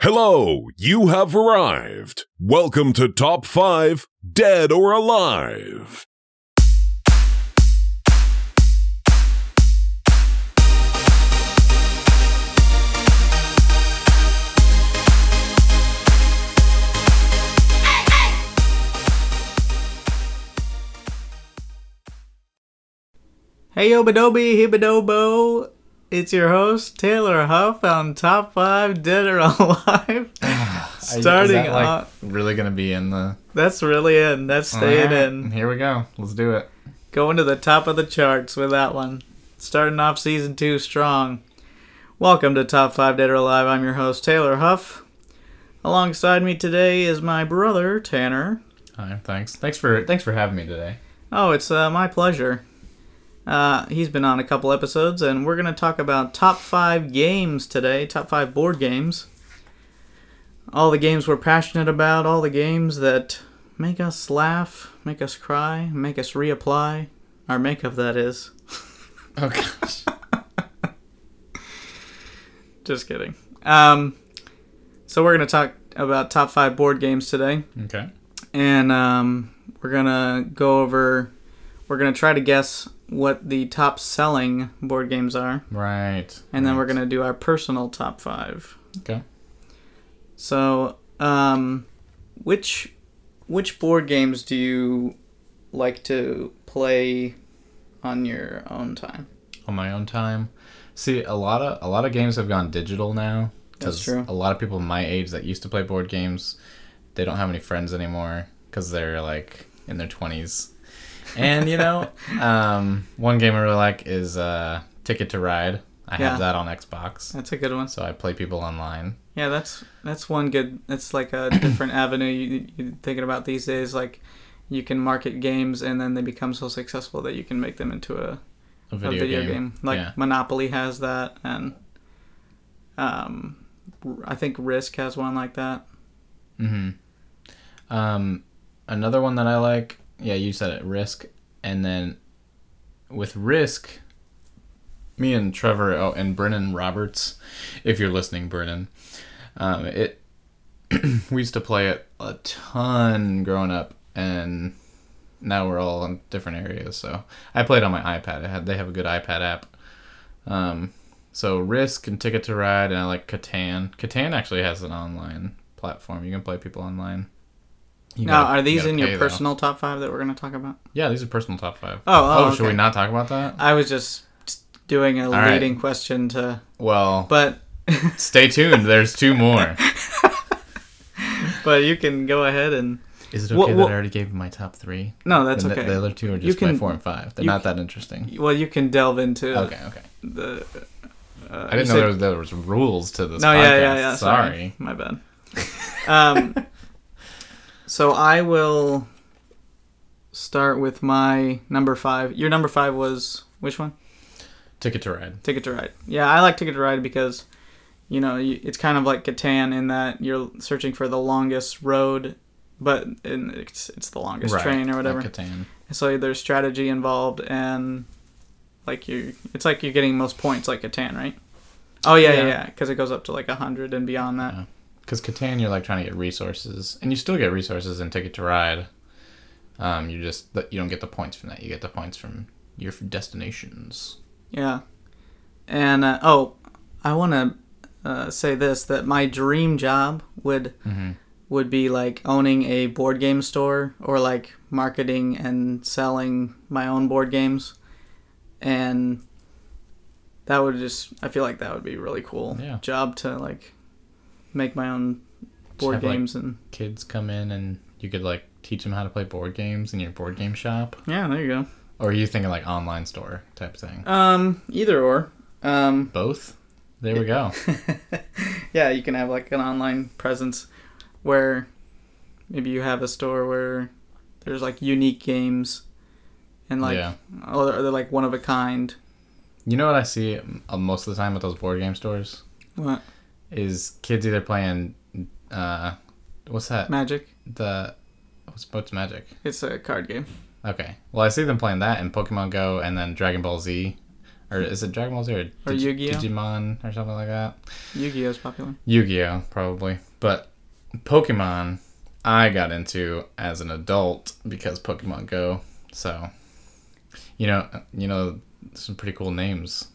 Hello, you have arrived. Welcome to Top 5 Dead or Alive. Hey Obadobi, Hibadobo. It's your host, Taylor Huff, on Top 5 Dead or Alive. Are you- is Starting that, like, off- really gonna be in the That's really in. That's staying Alright, in. Here we go. Let's do it. Going to the top of the charts with that one. Starting off season 2 strong. Welcome to Top 5 Dead or Alive. I'm your host, Taylor Huff. Alongside me today is my brother, Tanner. All right, thanks. Thanks for thanks for having me today. Oh, it's uh, my pleasure. Uh, he's been on a couple episodes, and we're going to talk about top five games today, top five board games. All the games we're passionate about, all the games that make us laugh, make us cry, make us reapply our makeup, that is. Oh gosh. Just kidding. Um, so, we're going to talk about top five board games today. okay. and um, we're gonna go over. We're gonna try to guess what the top selling board games are, Right. and then right. we're gonna do our personal top five. Okay. So, um, which which board games do you like to play on your own time? On my own time. See, a lot of a lot of games have gone digital now. 'cause That's true. A lot of people my age that used to play board games, they don't have any friends anymore because they're like in their twenties. And you know, um, one game I really like is uh, Ticket to Ride. I Yeah. have that on Xbox, That's a good one. so I play people online. Yeah, that's that's one good. That's like a different avenue you, you're thinking about these days. Like, you can market games, and then they become so successful that you can make them into a A a video, video game. Like yeah. Monopoly has that, and um, R- I think Risk has one like that. Um, another one that I like, yeah, you said it, Risk, and then with Risk, me and Trevor, oh, and Brennan Roberts, if you're listening, Brennan, um, it, we used to play it a ton growing up, and now we're all in different areas. So I played on my iPad. I had, they have a good iPad app. Um, so Risk and Ticket to Ride, and I like Catan. Catan actually has an online platform. You can play people online. You now, gotta- are you these gotta in your pay, though. personal top five that we're going to talk about? Yeah, these are personal top five. Oh, oh, should we okay. not talk about that? I was just doing a right. leading question to, Well, but stay tuned. There's two more. but you can go ahead and Is it Wha- okay wha- that I already gave my top three? No, that's And the- okay. The other two are You just my can- four and five. They're you not that interesting. well, you can delve into Okay, okay. the. Uh, I you didn't know said- there, was, there was rules to this. No, podcast. yeah, yeah, yeah. Sorry. Sorry. My bad. Um, so I will start with my number five. Your number five was which one? Ticket to Ride. Ticket to Ride. Yeah, I like Ticket to Ride because, you know, you, it's kind of like Catan in that you're searching for the longest road, but in, it's, it's the longest train or like whatever. Catan. So there's strategy involved and, like, you, it's like you're getting most points like Catan, right? Oh, yeah, yeah, Yeah. yeah, because it goes up to like 100 and beyond that. Yeah. Because Catan, you're like trying to get resources, and you still get resources in Ticket to Ride. Um, you just but you don't get the points from that. You get the points from your destinations. Yeah. And uh, oh, I want to uh, say this that my dream job would Mm-hmm. would be like owning a board game store or like marketing and selling my own board games. And that would just I feel like that would be a really cool Yeah. job to like make my own board have, like- games and Kids come in, and you could like teach them how to play board games in your board game shop. yeah, there you Or are you thinking like online store type thing? go. Um either or um Both. There we go. yeah, you can have like an online presence where maybe you have a store where there's like unique games and like Yeah. or they're like one of a kind. You know what I see uh, most of the time at those board game stores What is kids either playing, uh, what's that? magic? the the what's, what's Magic? It's a card game. Okay. Well, I see them playing that and Pokemon Go and then Dragon Ball Z. or is it Dragon Ball Z or, Or Dig- Yu-Gi-Oh? Digimon or something like that? Yu-Gi-Oh's popular. Yu-Gi-Oh probably, but Pokemon I got into as an adult because Pokemon Go. So, you know, you know some pretty cool names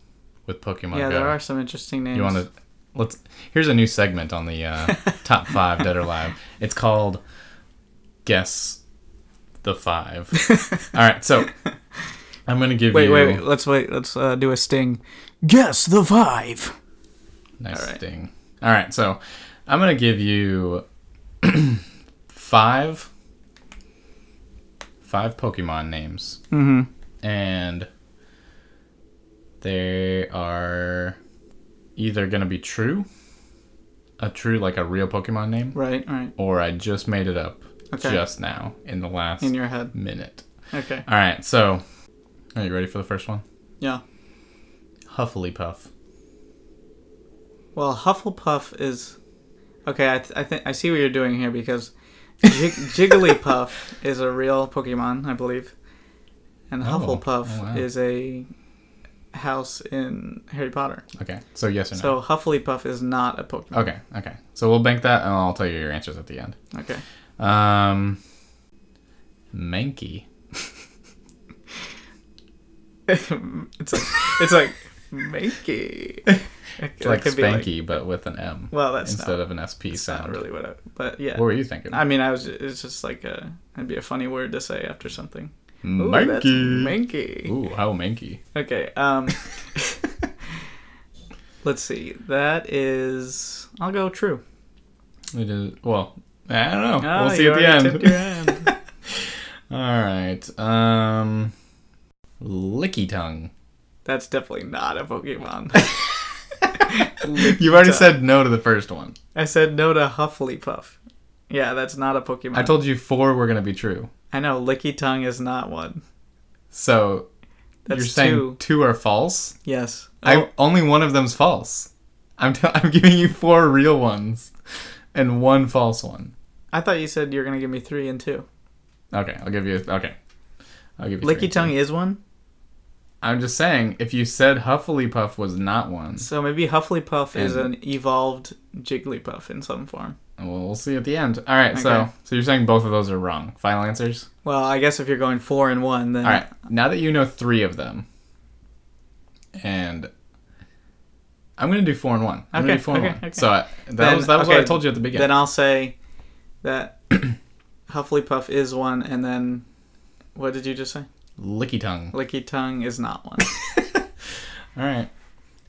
with Pokemon yeah, Go. there are some interesting names. You want to let's here's a new segment on the uh, top five dead or alive. It's called guess the five. All right, so I'm gonna give wait, you wait, wait. Let's wait. Let's uh, do a sting. Guess the five. nice All right. thing. All right, so I'm gonna give you five five Pokemon names, mm-hmm. and they are either gonna be true, a true like a real Pokemon name, Right, right. or I just made it up Okay. just now in the last In your head. minute. Okay. All right, so are you ready for the first one? Yeah. Hufflepuff. Well, Hufflepuff is okay. I th- I think I see what you're doing here because Jig- Jigglypuff is a real Pokemon, I believe, and Hufflepuff oh, wow. is a house in Harry Potter. Okay, so yes or no? So Hufflepuff is not a Pokemon. Okay, okay. So we'll bank that, and I'll tell you your answers at the end. Okay. Um, Mankey. it's like it's like Mankey. It's like Spanky, but with an M well, that's not, instead of an SP that's not sound. really what. I, but yeah, What were you thinking? I mean, I was. It's just like a. It'd be a funny word to say after something. Ooh, that's Mankey. Mankey. Ooh, how Mankey. Okay. Um. let's see. That is. I'll go true. It is. Well, I don't know. Ah, we'll see you at the already tipped your end. hand. All right. Um, Licky Tongue. That's definitely not a Pokemon. You already said no to the first one. I said no to Hufflepuff. Yeah, that's not a Pokemon. I told you four were gonna be true. I know Licky Tongue is not one. So That's you're saying two. two are false. Yes. Oh, I only one of them's false. I'm t- I'm giving you four real ones, and one false one. I thought you said you were gonna give me three and two. Okay, I'll give you. Okay, I'll give you. three. Licky Tongue is one, I'm just saying, if you said Hufflepuff was not one, so maybe Hufflepuff is And- an evolved Jigglypuff in some form. well, we'll see at the end. All right, so Okay. so you're saying both of those are wrong. Final answers. Well, I guess if you're going four and one, then All right, now that you know three of them, and I'm gonna do four and one. I'm gonna Okay, do four and okay, one. okay. So I, that Then- was that was what I okay, told you at the beginning. then I'll say that Hufflepuff is one, and then what did you just say? Licky tongue. Licky Tongue is not one. All right.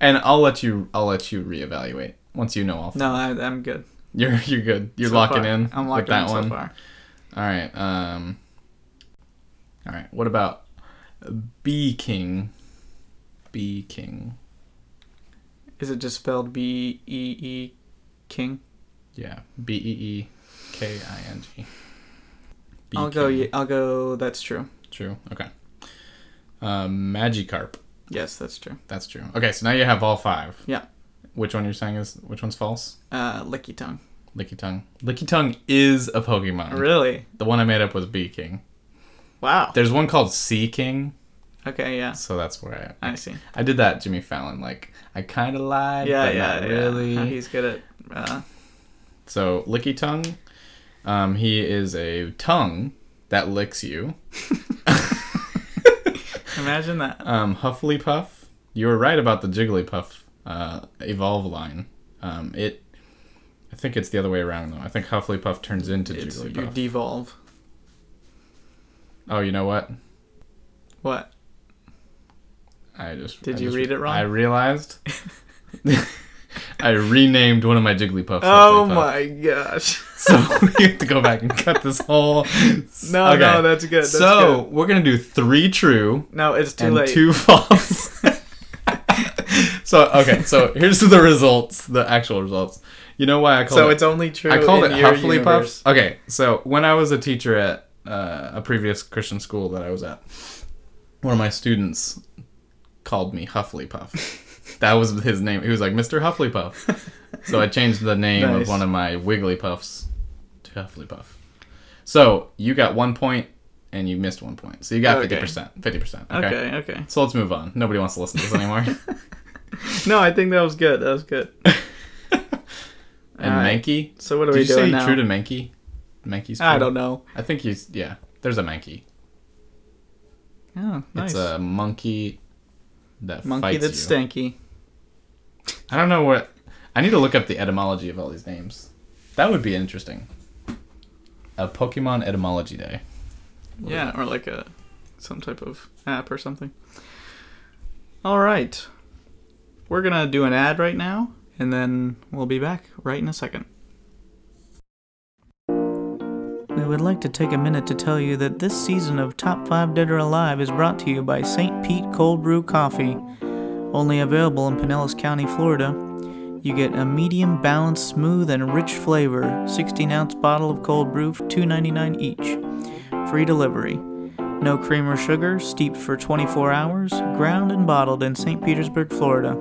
And I'll let you. I'll let you reevaluate once you know all. No, I, I'm good. You're you're good. You're so locking far. in. I'm with locking that in so one. far. All right. Um. All right. What about Bee King? Bee King. Is it just spelled B E E King? Yeah. B e e k i n g. Bee I'll go. E King. ye- I'll go. That's true. True. Okay. Um, Magikarp. Yes, that's true. That's true. Okay. So now you have all five. Yeah. Which one you're saying is which one's false? Uh, Licky Tongue. Licky Tongue. Licky Tongue is a Pokemon. Really? The one I made up was Bee King. Wow. There's one called Sea King, Okay. Yeah. so that's where I I see. I did that Jimmy Fallon. Like I kind of lied, Yeah, but yeah, not yeah. really. How he's good at. Uh, So Licky Tongue, um, he is a tongue that licks you. imagine that. Um, Hufflepuff, you were right about the Jigglypuff uh, evolve line. Um, it, I think it's the other way around though. I think Hufflepuff turns into It's, you Jigglypuff. devolve. oh, you know what? What? I just Did I you just- read it wrong? I realized. I renamed one of my Jigglypuffs. Oh Hufflepuff. my gosh. So we have to go back and cut this whole. No, Okay. no, that's good. That's so good. we're gonna do three true no, it's too and late. two false. so okay, so here's the results, the actual results. You know why I called so it? it's only true. I called it in your Hufflepuff. universe. Okay, so when I was a teacher at uh, a previous Christian school that I was at, one of my students called me Hufflepuff. that was his name. He was like Mr. Hufflepuff. so I changed the name of Nice. one of my Wigglypuffs to Hufflepuff. So you got one point. and you missed one point. So you got Okay. fifty percent. Fifty percent. Okay. Okay, okay. So let's move on. Nobody wants to listen to this anymore. No, I think that was good. That was good. and Alright. Mankey. So what are we Did you doing say now? true to Mankey? Mankey's. I cool? don't know. I think he's yeah. There's a Mankey. Oh, nice. It's a monkey that Monkey fights that's you. stinky. I don't know what. I need to look up the etymology of all these names. That would be interesting. A Pokemon etymology day. Yeah, or like a some type of app or something. All right. We're going to do an ad right now and then we'll be back right in a second. We would like to take a minute to tell you that this season of Top 5 Dead or Alive is brought to you by St. Pete Cold Brew Coffee. Only available in Pinellas County, Florida. You get a medium balanced, smooth, and rich flavor, 16 ounce bottle of cold brew, $2.99 each free delivery. No cream or sugar, steeped for 24 hours, ground and bottled in St. Petersburg, Florida.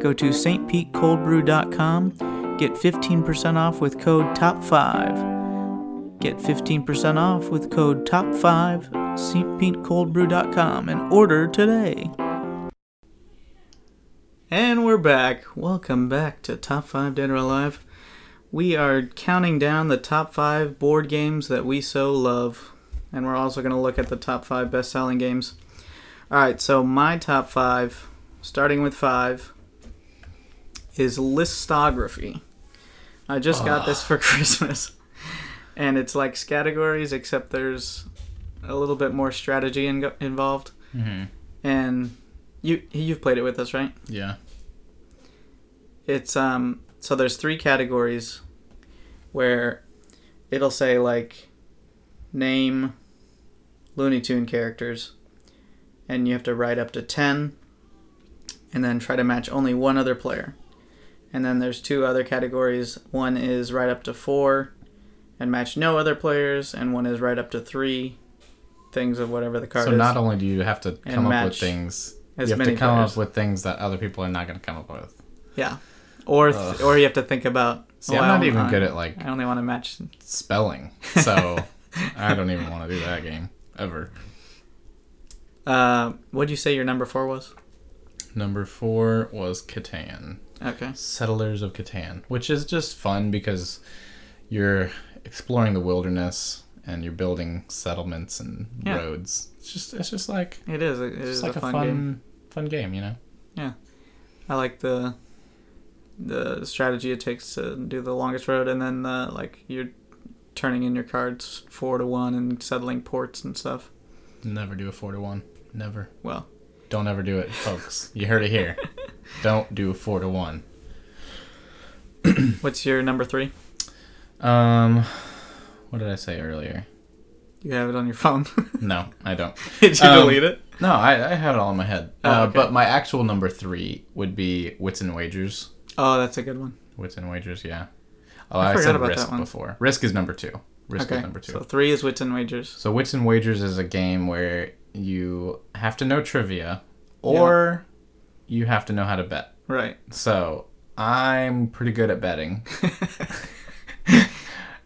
Go to stpetecoldbrew.com, get 15% off with code TOP5. Get 15% off with code TOP5, stpetecoldbrew.com, and order today. And we're back. Welcome back to Top 5 Dead or Alive. We are counting down the top five board games that we so love, and we're also going to look at the top five best selling games. All right, so my top five, starting with five, is listography. I just got this for Christmas, and it's like categories, except there's a little bit more strategy in- involved. And you you've played it with us, right? Yeah. it's um so there's three categories where it'll say like name looney tune characters and you have to write up to 10 and then try to match only one other player and then there's two other categories one is right up to 4 and match no other players and one is right up to 3 things of whatever the card So is not only do you have to come up with match things, you as have to many come players. up with things that other people are not going to come up with. yeah or th- Ugh. or you have to think about See, I'm well, not even I- good at like I only want to match spelling, so I don't even want to do that game ever. Uh, what'd you say your number four was? Number four was Catan. Okay. Settlers of Catan, which is just fun because you're exploring the wilderness and you're building settlements and Yeah. roads. It's just it's just like It is. It it's is like a fun, game. fun game, you know. I like the the strategy it takes to do the longest road, and then uh, like you're turning in your cards four to one and settling ports and stuff. Never do a four to one. Never. Well, Don't ever do it, folks. you heard it here. Don't do a four to one. what's your number three? Um, what did I say earlier? You have it on your phone. No, I don't. Did you Um, delete it? No, I, I have it all in my head. Oh, uh, okay. But my actual number three would be Wits and Wagers. Oh, that's a good one. Wits and Wagers, yeah. Oh, I I, forgot said about Risk that one. before. Risk is number two. Risk Okay. is number two. So So, three is wits and wagers. Wits and Wagers is a game where you have to know trivia or you have to know how to bet. Right. So I'm pretty good at betting.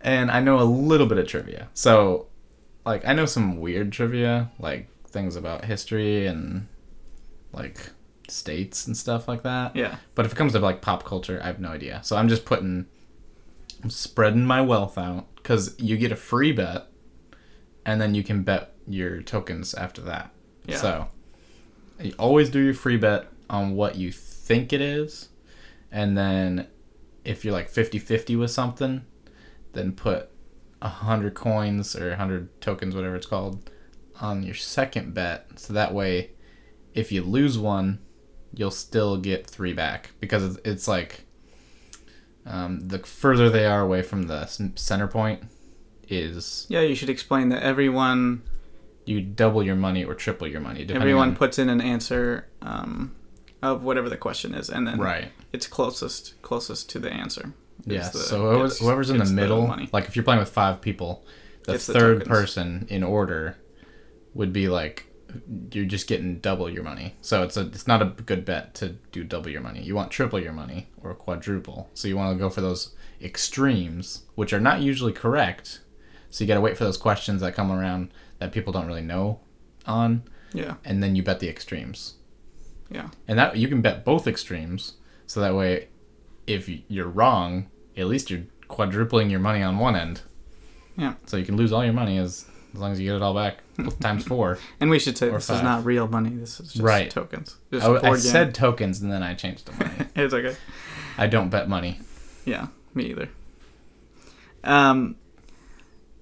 and I know a little bit of trivia. So, like, I know some weird trivia, like things about history and, like, states and stuff like that. Yeah. But if it comes to like pop culture, I have no idea. So I'm just putting, I'm spreading my wealth out because you get a free bet, and then you can bet your tokens after that. Yeah. So you always do your free bet on what you think it is, and then if you're like 50-50 with something, then put a hundred coins or a hundred tokens, whatever it's called, on your second bet. So that way, if you lose one, you'll still get three back because it's, it's like um, the further they are away from the s- center point is Yeah, you should explain that everyone you double your money or triple your money depending everyone on, puts in an answer um, of whatever the question is, and then right it's closest closest to the answer. is yeah the- so whoever's, gets- whoever's in the gets middle money. like if you're playing with five people the Gets the third tokens. person in order would be like you're just getting double your money so it's a it's not a good bet to do double your money you want triple your money or quadruple so you want to go for those extremes which are not usually correct so you got to wait for those questions that come around that people don't really know on, Yeah. and then you bet the extremes. Yeah. And that you can bet both extremes, so that way, if you're wrong, at least you're quadrupling your money on one end. Yeah. So you can lose all your money as as long as you get it all back times four. And we should say this is five. not real money. This is just Right. tokens. Just I, board I game. said tokens and then I changed the money. it's okay. I don't bet money. Yeah, me either. Um.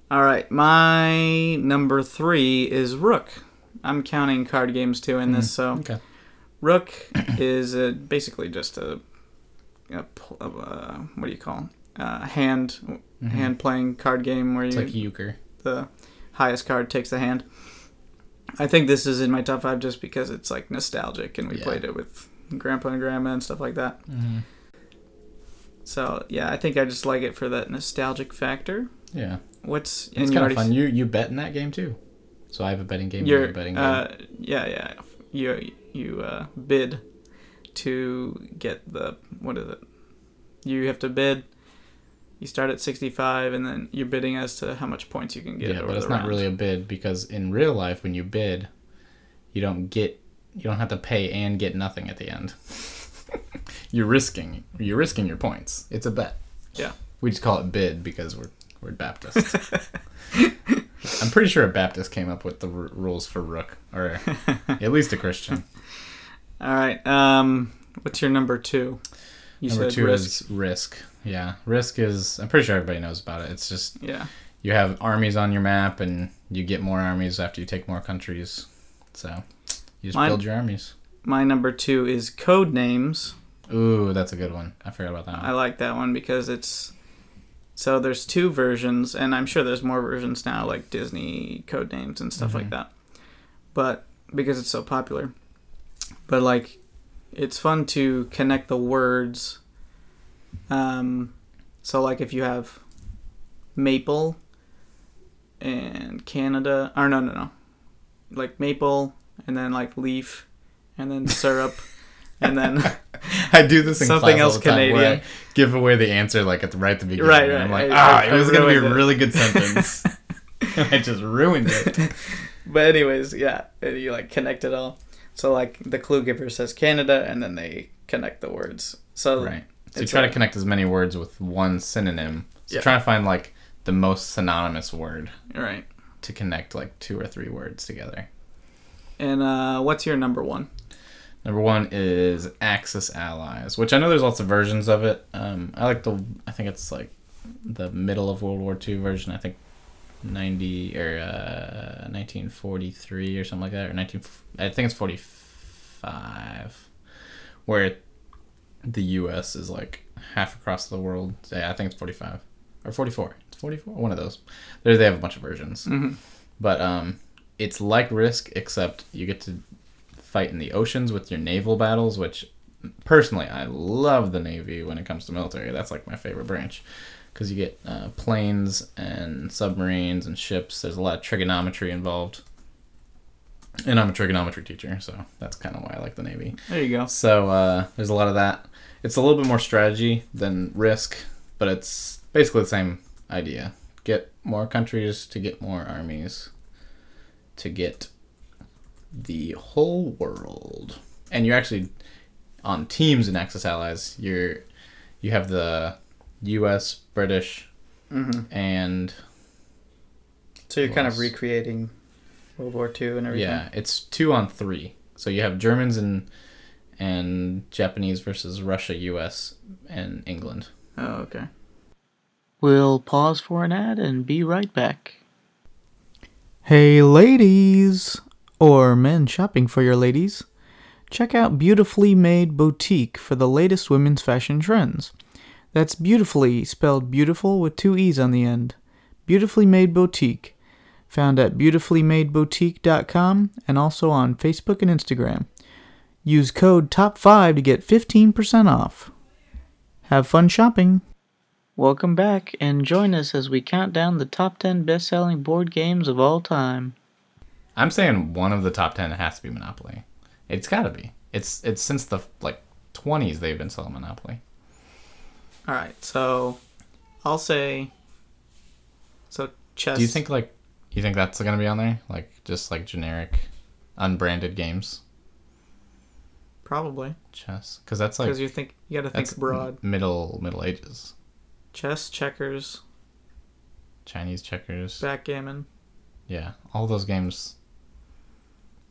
All right, my number three is Rook. I'm counting card games too in this, so Mm-hmm. Okay. Rook is uh basically just a, a, pl- uh, what do you call 'em? Uh, hand hand playing card game where Mm-hmm. It's you like euchre. the highest card takes the hand. I think this is in my top five just because it's like nostalgic and we Yeah. Mm-hmm. played it with grandpa and grandma and stuff like that. So yeah, I think I just like it for that nostalgic factor. Yeah. What's It's and you kind already of fun. You you bet in that game too. So I have a betting game. you you're have a betting game. uh, yeah yeah you you uh, bid to get the what is it? You have to bid. You start at sixty five and then you're bidding as to how much points you can get. yeah, over but it's the not round. really a bid because in real life, when you bid, you don't get you don't have to pay and get nothing at the end. you're risking you're risking your points. It's a bet. yeah. We just call it bid because we're we're Baptists. I'm pretty sure a Baptist came up with the r- rules for rook, or at least a Christian. All right. Um, what's your number two? You Number said two risk. is risk. Yeah, risk is. I'm pretty sure everybody knows about it. It's just yeah, you have armies on your map, and you get more armies after you take more countries. So you just Mine- build your armies. my number two is code names. Ooh, that's a good one. I forgot about that. I One. like that one because it's so there's two versions, and I'm sure there's more versions now, like Disney code names and stuff like that. But because it's so popular, but like it's fun to connect the words. Um, so like if you have maple and Canada, or no, no, no, like maple and then like leaf and then syrup and then I do this in Something class else all the time where Canadian. I give away the answer like at the right at the beginning. Right, and I'm right, like, ah, I- I- it was I gonna be a ruined it." really good sentence. And I just ruined it. But anyways, yeah, and you like connect it all. So like the clue giver says Canada, and then they connect the words. So Right. So It's try a- to connect as many words with one synonym. So Yeah. try to find like the most synonymous word right. to connect like two or three words together. And uh, what's your number one? Number one is Axis Allies, which I know there's lots of versions of it. Um, I like the, I think it's like the middle of World War II version. I think 90 or uh, 1943 or something like that, or 19. f- I think it's 45, where the U.S. is like half across the world. Yeah, I think it's 45 or 44. It's 44. One of those. There they have a bunch of versions, but um, it's like Risk except you get to fight in the oceans with your naval battles, which personally I love the navy when it comes to military. That's like my favorite branch because you get uh, planes and submarines and ships. There's a lot of trigonometry involved, and I'm a trigonometry teacher, so that's kind of why I like the navy. There you go. So uh, there's a lot of that. It's a little bit more strategy than risk, but it's basically the same idea. Get more countries to get more armies to get the whole world. And you're actually on teams in Axis Allies. You're you have the U.S., British, and So you're kind of Yes. recreating World War Two and everything. Yeah, it's two on three. So you have Germans and and Japanese versus Russia, U.S. and England. Oh, okay. We'll pause for an ad and be right back. Hey, ladies! Or men shopping for your ladies. Check out Beautifully Made Boutique for the latest women's fashion trends. That's beautifully spelled beautiful with two E's on the end. Beautifully Made Boutique. Found at beautifullymadeboutique.com and also on Facebook and Instagram. Use code TOP5 to get 15% off. Have fun shopping. Welcome back and join us as we count down the top 10 best selling board games of all time. I'm saying one of the top ten has to be Monopoly. It's got to be. It's it's since the like 20s they've been selling Monopoly. Alright, so I'll say. So chess. Do you think like You think that's gonna be on there? Like just like generic, unbranded games, Probably chess, because that's like because you think you got to that's think broad. middle Middle Ages, Chess, checkers, Chinese checkers. backgammon. Yeah, all those games.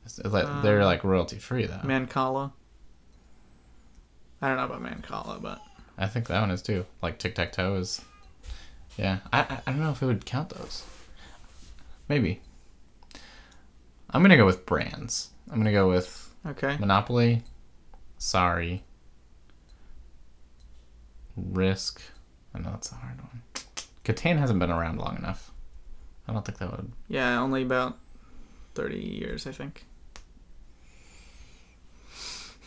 it's Like they're Uh, like royalty free though. Mancala. I don't know about Mancala, but I think that one is too. Like tic tac toe is. Yeah, I, I I don't know if it would count those. Maybe. I'm gonna go with brands. I'm gonna go with okay. Monopoly, Sorry, Risk. I know that's a hard one. Catan hasn't been around long enough. I don't think that would. Yeah, only about 30 years, I think.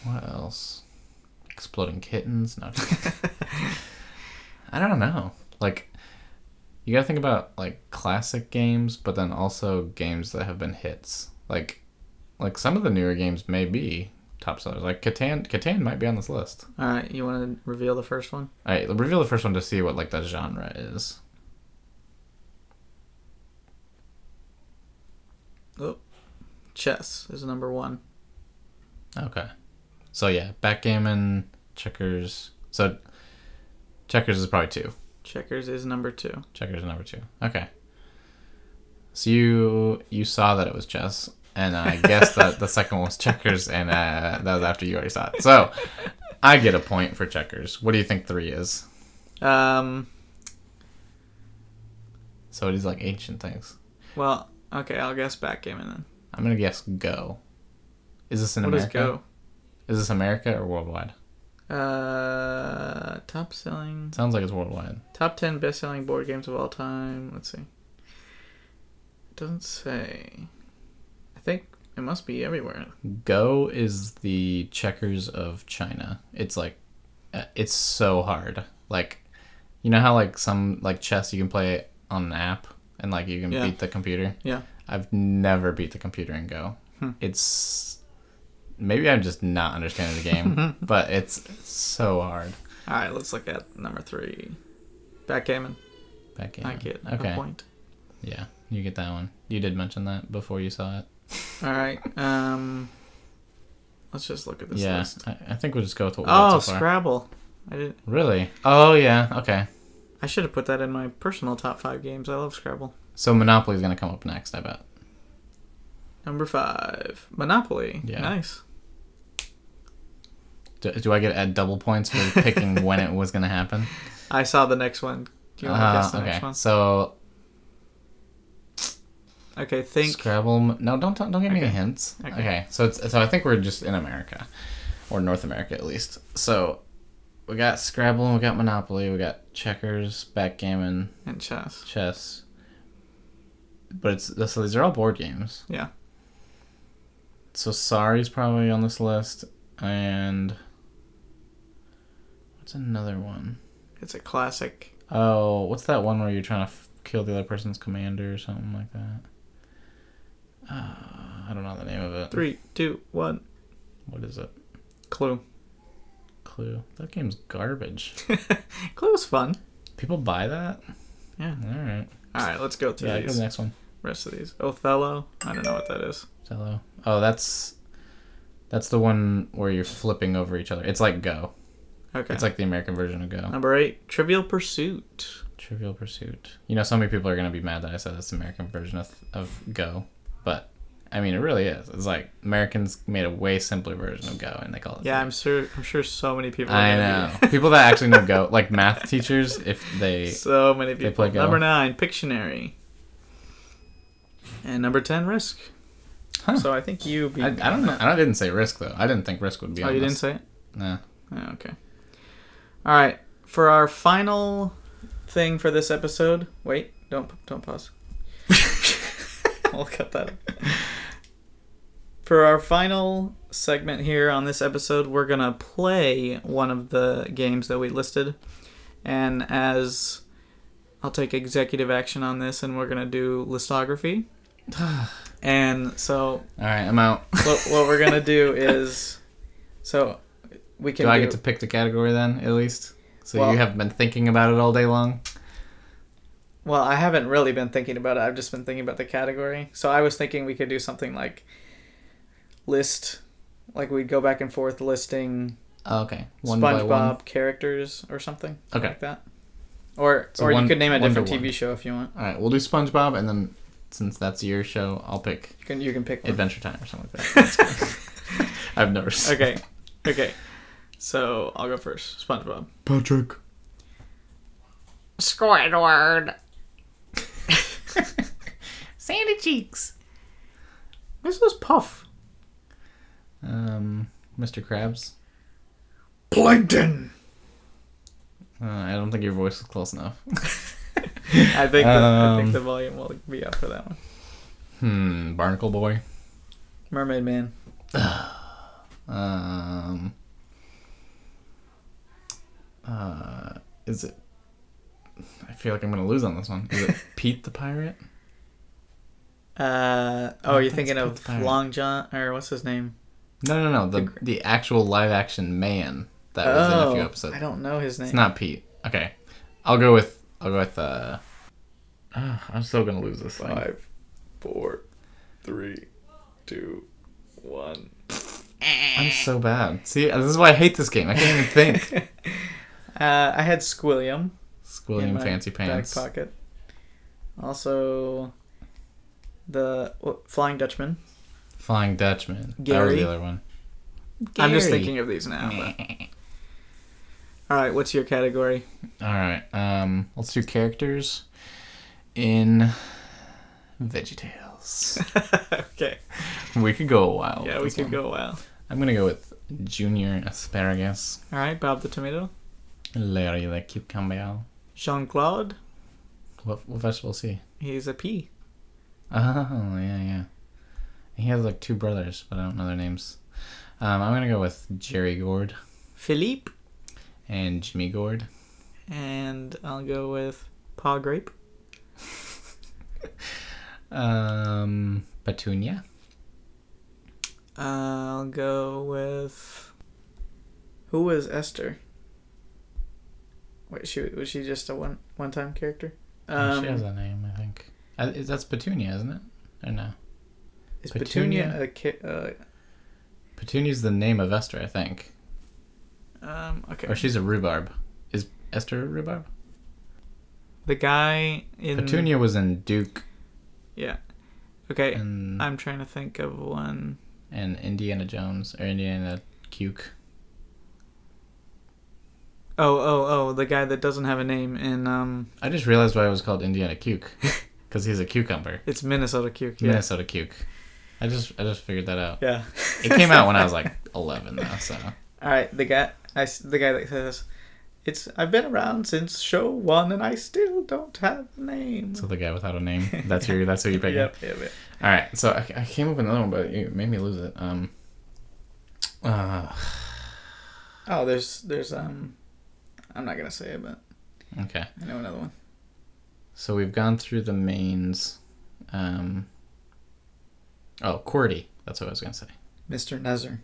What else? Exploding kittens? No. I don't know. Like, you gotta think about like classic games, but then also games that have been hits. Like, like some of the newer games may be top sellers. Like Catan, Catan might be on this list. All right, you want to reveal the first one? All right, reveal the first one to see what like the genre is. Chess is number one. Okay. So yeah, backgammon, checkers. So checkers is probably two. Checkers is number two. Checkers number two. Okay. So you you saw that it was chess, and I guess that the second one was checkers, and uh, that was after you already saw it. So I get a point for checkers. What do you think three is? Um, So it is like ancient things. well, okay, I'll guess backgammon then. I'm gonna guess go. Is this in What is America? go? Is this America or worldwide? Uh, top selling, Sounds like it's worldwide. top 10 best selling board games of all time. Let's see. It doesn't say. I think it must be everywhere. Go is the checkers of China. It's like, uh, it's so hard. Like, you know how like some like chess you can play on an app and like you can Yeah. beat the computer. Yeah. I've never beat the computer in Go. Hmm. It's maybe I'm just not understanding the game, but it's so hard. All right, let's look at number three. Backgammon. That game. I get okay. a point. Yeah, you get that one. You did mention that before you saw it. All right. Um, let's just look at this yeah, list. I, I think we'll just go with what we got Oh, so far. Scrabble. I did. Really? Oh yeah. Okay. I should have put that in my personal top five games. I love Scrabble. So Monopoly's gonna come up next, I bet. Number five, Monopoly. Yeah. Nice. Do, do I get at double points for picking when it was gonna happen? I saw the next one. Do you want to guess the Uh, okay. next one? So Okay, think. Scrabble. m- No, don't don't, don't give me any Okay. hints. Okay. Okay. So it's so I think we're just in America, or North America at least. So we got Scrabble, we got Monopoly, we got checkers, backgammon, and chess. chess. But it's so these are all board games. Yeah. So sorry's probably on this list, and what's another one? It's a classic. Oh, what's that one where you're trying to f- kill the other person's commander or something like that? Uh, I don't know the name of it. Three, two, one. What is it? Clue. Clue. That game's garbage. Clue's fun. People buy that? Yeah. All right. All right, let's go through Yeah, go to these. the next one. Rest of these. Othello. I don't know what that is. Zello. Oh, that's that's the one where you're flipping over each other. It's like Go. Okay. It's like the American version of Go. Number eight, Trivial Pursuit. Trivial Pursuit. You know, so many people are gonna be mad that I said it's the American version of, of Go, but I mean, it really is. It's like Americans made a way simpler version of Go, and they call it. Yeah, I'm sure. I'm sure so many people. Are I gonna know people that actually know Go, like math teachers, if they Be, so many people. play Go. Number nine, Pictionary. And number ten, Risk. Huh. So I think you. Beat I, I don't know. I didn't say risk though. I didn't think risk would be. Oh, on you didn't this. say it. No. Oh, okay. All right. For our final thing for this episode, wait, don't don't pause. I'll cut that. out. For our final segment here on this episode, we're gonna play one of the games that we listed, and as I'll take executive action on this, and we're gonna do listography. and so All right, I'm out. what, what we're gonna do is, so we can. Do I do- get to pick the category then, at least? So Well- you have been thinking about it all day long. Well, I haven't really been thinking about it. I've just been thinking about the category. So I was thinking we could do something like list, like we'd go back and forth listing Oh, okay. SpongeBob characters or something Okay. like that. Or So or one- you could name a one to different one. TV show if you want. All right, we'll do SpongeBob, and then since that's your show, I'll pick You can you can pick one. Adventure Time or something like that. That's good. I've never seen Okay. Okay. So I'll go first. SpongeBob. Patrick. Squidward. Sandy cheeks. Where's this puff? Um, Mr. Krabs. Plankton. Uh, I don't think your voice is close enough. I think the, I Um, think the volume will be up for that one. Hmm, Barnacle Boy. Mermaid Man. Um, uh, is it? I feel like I'm gonna lose on this one. Is it Pete the Pirate? Uh oh, you're that's thinking Pete of the Pirate. Long John or what's his name? No, no, no. The Oh, the actual live action man that was in a few episodes. Oh, I don't know his name. It's not Pete. Okay, I'll go with I'll go with uh. ah, I'm still gonna lose this thing. Five, four, three, two, one. I'm so bad. See, this is why I hate this game. I can't even think. Uh, I had Squilliam in Squilliam my Fancy Pants. back pocket. Also, the oh, Flying Dutchman. Flying Dutchman. That was Gary. the other one. I'm just Gary. thinking of these now. but- All right, what's your category? All right. Um, let's do characters in VeggieTales. okay. we could go a while. Yeah, with we this could one. go a while. I'm gonna go with Junior Asparagus, All right, Bob the Tomato. Larry the Cucumber. Jean Claude. What, what vegetable is he? He's a P. Oh yeah, yeah. He has like two brothers, but I don't know their names. Um, I'm gonna go with Jerry Gord Philippe. and Jimmy Gord. And I'll go with Paw Grape. Um, Petunia. I'll go with. Who was Esther? Wait, she was she just a one one time character? she has Um, that name, I think. I, is- that's Petunia, isn't it? Or no? is Petunia. Petunia, a kid? Uh, Petunia's the name of Esther, I think. um, okay. Or she's a rhubarb. Is Esther a rhubarb? the guy in Petunia was in Duke Yeah. Okay. and I'm trying to think of one. and Indiana Jones or Indiana Cuke. Oh, oh, oh! The guy that doesn't have a name in um, I just realized why it was called Indiana Cuke, because he's a cucumber. it's Minnesota Cuke. Yeah. Minnesota Cuke. I just I just figured that out. Yeah. It came out when I was like 11 though, so All right, the guy, I s the guy that says, "It's I've been around since show one, and I still don't have a name." so the guy without a name. That's your that's who you pick. Yep, yep, yep. All right, so I, I came up with another one, but you made me lose it. Um, uh, Oh, there's there's um, I'm not gonna say it, but okay. I know another one. So we've gone through the mains. Um, oh, Qwerty. That's what I was gonna say. Mr. Nuzzer.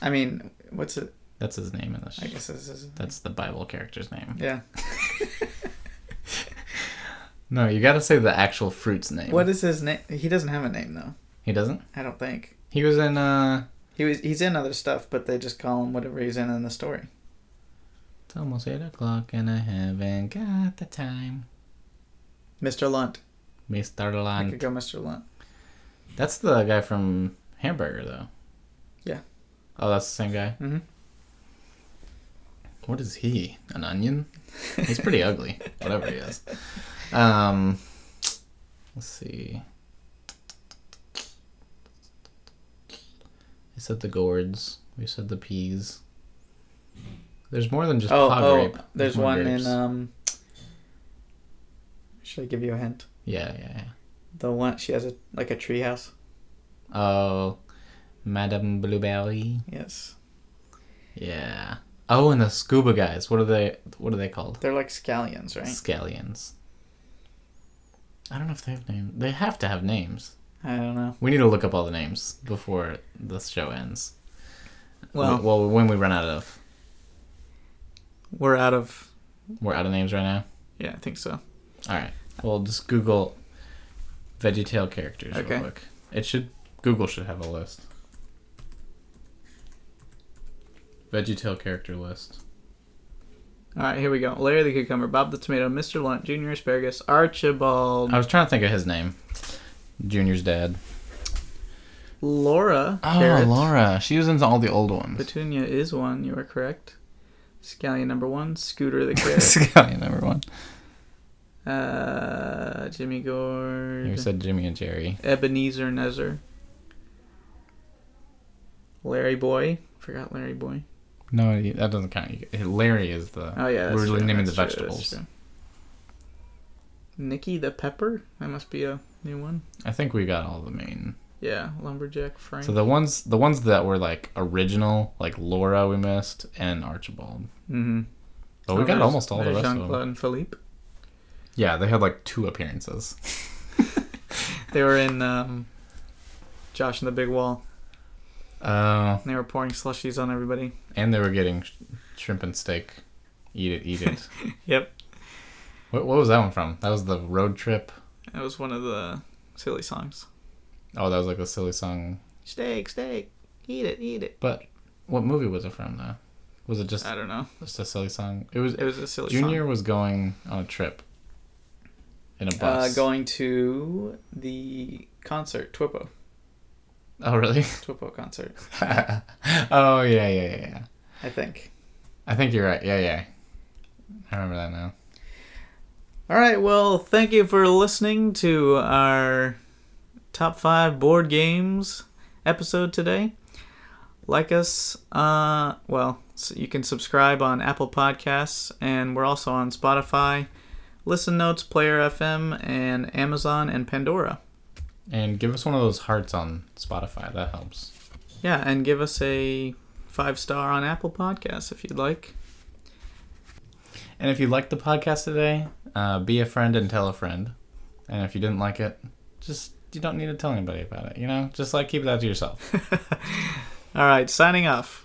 I mean, what's it? That's his name in the. I guess this is That's the Bible character's name. yeah. No, you gotta say the actual fruit's name. What is his name? He doesn't have a name though. He doesn't. I don't think He was in. uh he was. He's in other stuff, but they just call him whatever he's in in the story. It's almost eight o'clock and I haven't got the time. Mr. Lunt. Mister I Lunt. could go Mr. Lunt. That's the guy from Hamburger, though. Yeah. Oh, that's the same guy. Mhm. What is he? An onion? He's pretty ugly. Whatever he is. Um, let's see. I said the gourds. We said the peas. There's more than just Oh, pod oh, grape. there's more one grapes. in um. Should I give you a hint? Yeah, yeah, The one she has a like a treehouse. yeah. Oh, Madame Blueberry. Yes, Yeah. Oh, and the scuba guys. What are they? What are they called? they're like scallions, right? Scallions. I don't know if they have names. They have to have names. I don't know. We need to look up all the names before this show ends. Well, well, when we run out of, we're out of. we're out of names right now. Yeah, I think so. All right. Well, just Google VeggieTale characters Okay. real quick. It should Google should have a list. VeggieTale character list. All right, here we go. Larry the cucumber, Bob the tomato, Mr. Lunt, Junior asparagus, Archibald, I was trying to think of his name. Junior's dad. Laura. Oh, carrot. Laura. She was into all the old ones. Petunia is one. You are correct. Scallion number one. Scooter the carrot. Scallion number one. uh, Jimmy Gord. You said Jimmy and Jerry. Ebenezer Nezer. Larry Boy. Forgot Larry Boy. No, you- that doesn't count. You- Larry is the. Oh yeah, that's we're true, naming the that's true, that's vegetables. true. Nikki the Pepper. That must be a new one. I think we got all the main. Yeah, lumberjack Frank. So the ones, the ones that were like original, like Laura, we missed, and Archibald. mm-hmm. But we got almost all the rest Jean of Claude them. and Philippe. Yeah, they had like two appearances. They were in um, Josh and the Big Wall. Uh, And they were pouring slushies on everybody. and they were getting sh- shrimp and steak. Eat it, eat it. Yep, what, what was that one from? That was the road trip. that was one of the silly songs. Oh, that was like the silly song. Steak, steak, eat it, eat it. But what movie was it from though? Was it just I don't know. just a silly song? It was. It was a silly Junior song. was going on a trip in a Uh, bus. going to the concert, Twipo, Oh, really? Twipo concert, oh, yeah, yeah, yeah, yeah. I think. I think you're right. Yeah, yeah. I remember that now. All right, well, thank you for listening to our top five board games episode today. Like us, uh, well, s you can subscribe on Apple Podcasts, and we're also on Spotify, Listen Notes, Player FM, and Amazon and Pandora. And give us one of those hearts on Spotify. That helps. Yeah, and give us a five star on Apple Podcasts if you'd like. And if you liked the podcast today, uh, be a friend and tell a friend. And if you didn't like it, just you don't need to tell anybody about it. You know, just like keep that to yourself. All right, signing off.